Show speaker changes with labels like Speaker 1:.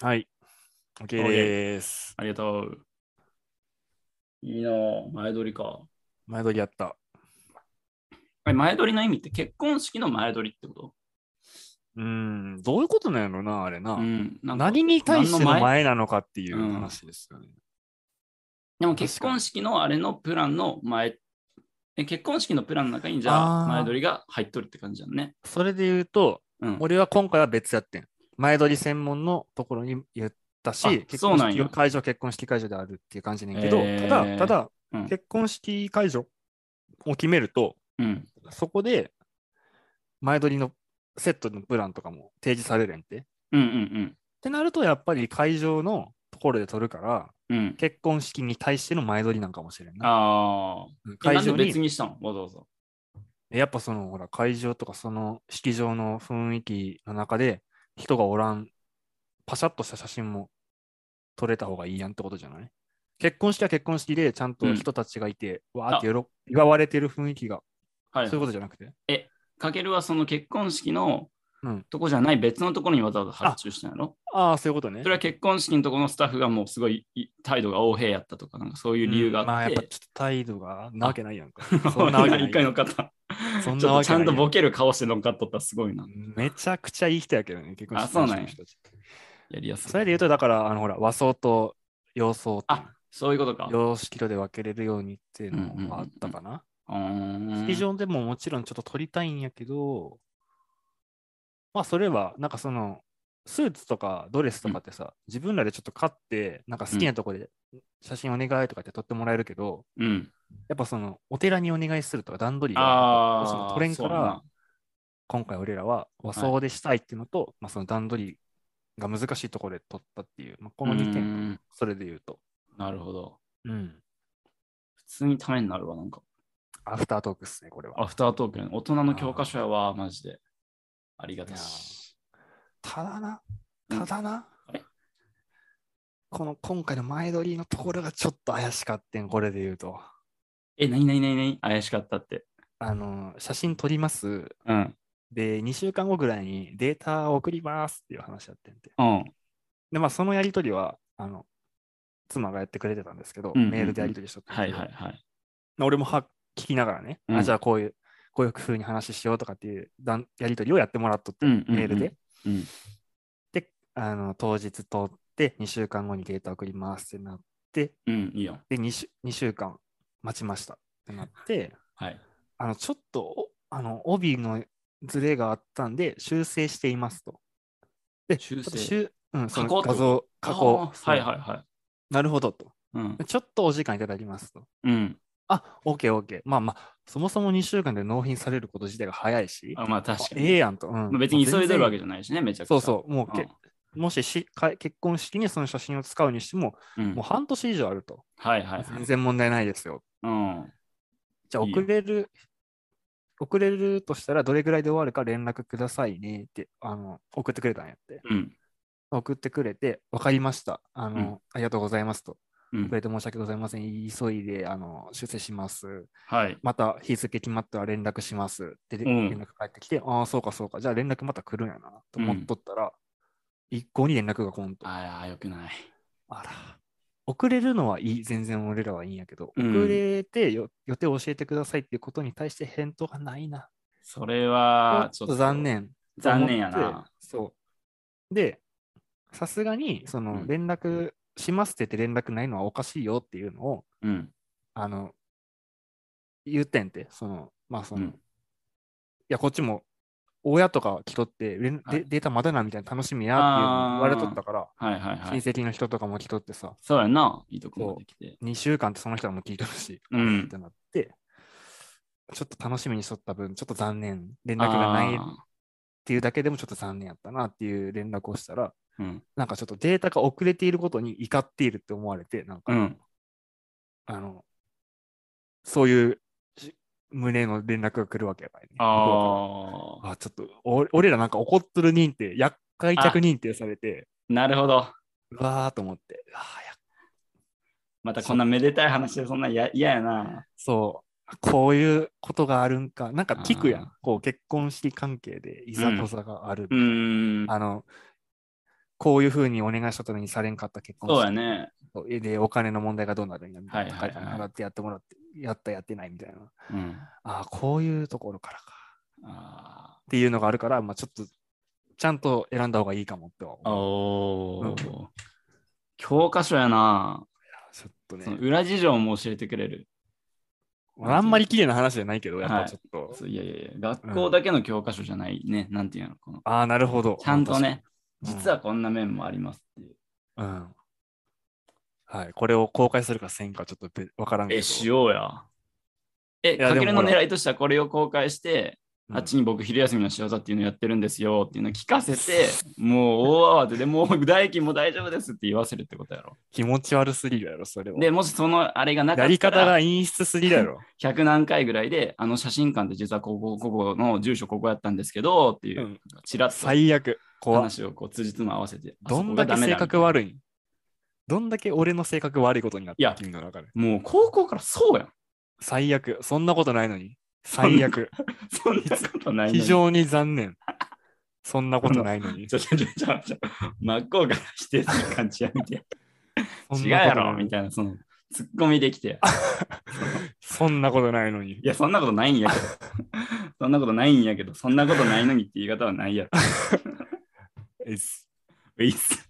Speaker 1: はい。OK です。
Speaker 2: ありがとう。いいなぁ前撮りか。
Speaker 1: 前撮りやった。
Speaker 2: え前撮りの意味って結婚式の前撮りってこ
Speaker 1: うん、どういうことなんやろな、あれな。
Speaker 2: とうん。なんか
Speaker 1: 何に対して
Speaker 2: 何
Speaker 1: の
Speaker 2: の
Speaker 1: 前なのかっていう
Speaker 2: うん
Speaker 1: 話ですよね。
Speaker 2: でも結婚式のあれのプランの前、え結婚式のプランの中にじ
Speaker 1: あ
Speaker 2: ゃ
Speaker 1: ー
Speaker 2: あ前撮りが入っとるって感じだね。
Speaker 1: それで言うと、
Speaker 2: うん。
Speaker 1: 俺は今回は別やってん。前撮り専門のところに言ったし
Speaker 2: あ、
Speaker 1: 結
Speaker 2: そう
Speaker 1: 婚
Speaker 2: なんや
Speaker 1: 式会場、結婚式会場であるっていう感じねんけど、
Speaker 2: えー
Speaker 1: ただ、ただ、
Speaker 2: うん
Speaker 1: 結婚式会場を決めると、
Speaker 2: うん。
Speaker 1: そこで前撮りのセットのプランとかも提示されるんって。っ
Speaker 2: うんうん
Speaker 1: てなると、やっぱり会場のところで撮るから、
Speaker 2: うん。うん。
Speaker 1: 結婚式に対しての前撮りなんかもしれんな。
Speaker 2: あ
Speaker 1: うん
Speaker 2: あ。え
Speaker 1: 会
Speaker 2: なんで
Speaker 1: 場
Speaker 2: 別
Speaker 1: に、
Speaker 2: にしたのわざわざ。
Speaker 1: やっぱその、ほら、会場とかその式場の雰囲気の中で人がおらん、パシャッとした写真も撮れた方がいいやんってことじゃない結婚式は結婚式でちゃんと人たちがいて、わーってよろ祝われてる雰囲気が、
Speaker 2: はい
Speaker 1: そういう。ことじゃなくて。
Speaker 2: かけるはその結婚式の
Speaker 1: うん
Speaker 2: とこじゃない別のところにわざわざ発注したんやろ
Speaker 1: ああ、そういうことね。
Speaker 2: それは結婚式のとこのスタッフがもうすごいい態度が横柄やったとか、なんかそういう理由があって。
Speaker 1: まあやっぱちょっと態度がなわけないやん か。そ
Speaker 2: そ
Speaker 1: ん
Speaker 2: ん
Speaker 1: なわ
Speaker 2: なわ
Speaker 1: け
Speaker 2: け
Speaker 1: ない
Speaker 2: 一回乗っかった。
Speaker 1: そん
Speaker 2: ち
Speaker 1: な
Speaker 2: ょっ
Speaker 1: わ
Speaker 2: と
Speaker 1: け
Speaker 2: ちゃん
Speaker 1: な
Speaker 2: と
Speaker 1: いや
Speaker 2: ボケる顔して乗っかっとったらすごいな。
Speaker 1: めちゃくちゃいい人やけどね、結婚
Speaker 2: あそうなんや
Speaker 1: 人たち
Speaker 2: やりやすい。
Speaker 1: それで言うと、だから、あのほら、和装と洋装っていう
Speaker 2: あそういうことか。う
Speaker 1: 洋式とで分けれるようにっていうの
Speaker 2: うんうんうんうん
Speaker 1: もあったかな。
Speaker 2: ーん
Speaker 1: 式場でももちろんちょっと撮りたいんやけど、まあそれは、なんかその、スーツとかドレスとかってさ、自分らでちょっと買って、なんか好きなとこで写真お願いとかって撮ってもらえるけど、
Speaker 2: うん。
Speaker 1: やっぱその、お寺にお願いするとか段取りがど
Speaker 2: あ
Speaker 1: うしても
Speaker 2: あ。
Speaker 1: 取れんから
Speaker 2: そうやな
Speaker 1: 今回俺らは和装でしたいっていうのと、まあ、その段取りが難しいところで取ったっていう、まあ、この2
Speaker 2: うー
Speaker 1: 点、
Speaker 2: ん
Speaker 1: それで言うと、
Speaker 2: なるほど。
Speaker 1: うん、
Speaker 2: 普通にためになるわ、なんか。
Speaker 1: アフタートークっすね、これは。
Speaker 2: アフタートークね。大人の教科書やわ、マジで。ありがたし。
Speaker 1: ただな、
Speaker 2: うん
Speaker 1: ただな
Speaker 2: あれ、
Speaker 1: この今回の前撮りのところがちょっと怪しかったん、これで言うと。
Speaker 2: え、なになになになに怪しかったって。
Speaker 1: あの、写真撮ります。
Speaker 2: うん。
Speaker 1: で、2週間後ぐらいにデータを送りますっていう話やってんて。
Speaker 2: うん。
Speaker 1: で、まあ、そのやりとりは、あの、妻がやってくれてたんですけど、
Speaker 2: うんうんうん
Speaker 1: メールでやりとりしとったんだ
Speaker 2: は
Speaker 1: け
Speaker 2: い
Speaker 1: ど
Speaker 2: はいはい。
Speaker 1: まあ俺もは聞きながらね、
Speaker 2: うん
Speaker 1: あじゃあこういう、こういう風に話しようとかっていう段やり取りをやってもらっとって、
Speaker 2: うんうんうん
Speaker 1: メールで。
Speaker 2: うん
Speaker 1: であの、当日取って、2週間後にデータ送りますってなって、
Speaker 2: うん、いいよ。
Speaker 1: で2週、2週間待ちましたってなって、
Speaker 2: はい。
Speaker 1: あのちょっとおあの帯のズレがあったんで、修正していますと。で、
Speaker 2: 修正
Speaker 1: ちょっとしゅうん、そ
Speaker 2: 加工
Speaker 1: の
Speaker 2: って
Speaker 1: 画
Speaker 2: こと
Speaker 1: 像、加工
Speaker 2: あ。ーはい
Speaker 1: そう
Speaker 2: はいはい。
Speaker 1: なるほどと。
Speaker 2: うん
Speaker 1: で。ちょっとお時間いただきますと。
Speaker 2: うん。
Speaker 1: あ、OK、OK。まあまあ、そもそも2週間で納品されること自体が早いし、
Speaker 2: あまあ確かに。
Speaker 1: ええやんと。うん
Speaker 2: まあ別に急いでるわ
Speaker 1: け
Speaker 2: けじゃないしね、めちゃくちゃ。
Speaker 1: そうそう。もうけ、
Speaker 2: う
Speaker 1: もししか結婚式にその写真を使うにしても、
Speaker 2: ん。うん
Speaker 1: もう半年以上あると。
Speaker 2: はいはいはい
Speaker 1: 全。然問題ないですよ。
Speaker 2: うん。
Speaker 1: じゃあ、
Speaker 2: いい
Speaker 1: 遅
Speaker 2: よ
Speaker 1: れる、遅れるとしたら、どれぐらいで終わるか連絡くださいねって、あの、送ってくれたんやって。
Speaker 2: うん。
Speaker 1: 送ってくれて、わかりました。あの、
Speaker 2: うん
Speaker 1: ありがとうございますと。
Speaker 2: う
Speaker 1: 遅
Speaker 2: ん
Speaker 1: れて申し訳ございません。急いで、あの、修正します。
Speaker 2: はい。
Speaker 1: また日付決まったら連絡しますってで
Speaker 2: うん
Speaker 1: 連絡返ってきて、ああ、そうかそうか、じゃあ連絡また来るんやなと思っとったら、一向に連絡が来んと。
Speaker 2: ああ、よくない。
Speaker 1: あら。遅れるのはいい、全然俺らはいいんやけど、
Speaker 2: うん
Speaker 1: 遅れてよ予定を教えてくださいっていうことに対して返答がないな。
Speaker 2: それは、
Speaker 1: ちょっと残。念。
Speaker 2: 残念や
Speaker 1: と思っ
Speaker 2: な
Speaker 1: て。。そう。で、さすがに、そうの、
Speaker 2: ん
Speaker 1: 連絡しますって言って連絡ないのはおかしいよっていうのを、
Speaker 2: うん。
Speaker 1: あの、言ってんて、その、まあその、
Speaker 2: うん
Speaker 1: いや、こっちも、親とか来とって、連
Speaker 2: はい
Speaker 1: でデータまだなみたいな楽しみやっていうのを言われとったから、
Speaker 2: はいはいはい。
Speaker 1: 親戚の人とかも来とってさ、
Speaker 2: そうやな。いいとこまで来て。
Speaker 1: 2週間ってその人はもう聞いてるし、
Speaker 2: うん
Speaker 1: ってなって、ちょっと楽しみにしとった分、ちょっと残念、連絡がないっ
Speaker 2: あ
Speaker 1: ていうだけでもちょっと残念やったなっていう連絡をしたら、
Speaker 2: ーうん。
Speaker 1: なんかちょっとデータが遅れていることに怒っているって思われて、なんか、
Speaker 2: うん。
Speaker 1: あの、そういうし胸の連絡が来るわけやからね。
Speaker 2: ああ。
Speaker 1: あ、ちょっとお、俺らなんか怒っとる認定、厄介客認定されて、
Speaker 2: なるほど。
Speaker 1: うわーと思って、あーや
Speaker 2: またこんなめでたい話でそんなや嫌やな。
Speaker 1: そう、こういうことがあるんか、なんか聞くや
Speaker 2: あ
Speaker 1: ん、こう結婚式関係でいざこざがある、
Speaker 2: うーん。
Speaker 1: あの、こういうふうにお願いしたためにされんかった結婚
Speaker 2: そうや
Speaker 1: 式
Speaker 2: ね。
Speaker 1: そうで、お金の問題がどうなるんやみたいな。
Speaker 2: はいはいはい
Speaker 1: 払ってやってもらって、やったやってないみたいな。
Speaker 2: うん。
Speaker 1: ああ、こういうところからか。
Speaker 2: あ
Speaker 1: っていうのがあるから、まあ、ちょっと、ちゃんと選んだ方がいいかもっては
Speaker 2: ー
Speaker 1: 思う。
Speaker 2: おー。教科書やな。
Speaker 1: ちょっと
Speaker 2: その
Speaker 1: ね。
Speaker 2: 裏事情も教えてくれる。
Speaker 1: まああんまり綺麗な話じゃないけど、やっ
Speaker 2: は
Speaker 1: ぱ
Speaker 2: い
Speaker 1: ちょっと。
Speaker 2: そういやいやいや、学校だけの教科書じゃないね。なんていうのこの
Speaker 1: ああ、なるほど。
Speaker 2: ちゃんとね、
Speaker 1: うん
Speaker 2: 実はこんな面もありますっていう。
Speaker 1: うん。はい。これを公開するかせんかちょっとべわからんけど。
Speaker 2: え、しようや。え、
Speaker 1: いや
Speaker 2: かけ
Speaker 1: で
Speaker 2: る
Speaker 1: も
Speaker 2: の
Speaker 1: ほら
Speaker 2: 狙いとしてはこれを公開して、
Speaker 1: うん
Speaker 2: あっちに僕昼休みの仕業っていうのやってるんですよっていうのを聞かせ て、もう大慌てで、もう代金も大丈夫ですって言わせるってことやろ。
Speaker 1: 気持ち悪すぎるやろ、それは。
Speaker 2: で、もしそのあれがなか
Speaker 1: や
Speaker 2: っ
Speaker 1: り
Speaker 2: た
Speaker 1: 方
Speaker 2: ら
Speaker 1: が、陰湿すぎるや ろ。
Speaker 2: 100何回ぐらいで、あの写真館で実はここ、ここの住所ここやったんですけどっていうう、
Speaker 1: ん
Speaker 2: ちらっと
Speaker 1: 最悪。怖っ
Speaker 2: 話をこう辻褄合わせて、あ
Speaker 1: どんだけ性格
Speaker 2: い
Speaker 1: 悪いどんだけ俺の性格悪いことになっ
Speaker 2: いや
Speaker 1: て君の中で。
Speaker 2: もう高校からそうやん。
Speaker 1: 最悪。そんなことないのに。最悪。
Speaker 2: そんなことないのに
Speaker 1: 非常に残念。そんなことないのに
Speaker 2: ち。ょちょちょちょちょ、真っ向から否定する感じや めて。
Speaker 1: そ
Speaker 2: 違うん
Speaker 1: なこ
Speaker 2: や
Speaker 1: とな
Speaker 2: ろ
Speaker 1: い
Speaker 2: みたいな、その、ツッコミで きて。
Speaker 1: そんなことないのに
Speaker 2: い。や、そんなことないんやけ ど。そんなことないんやけど、そんなことないのにって言い方はないやろ。
Speaker 1: えっす
Speaker 2: ういっす。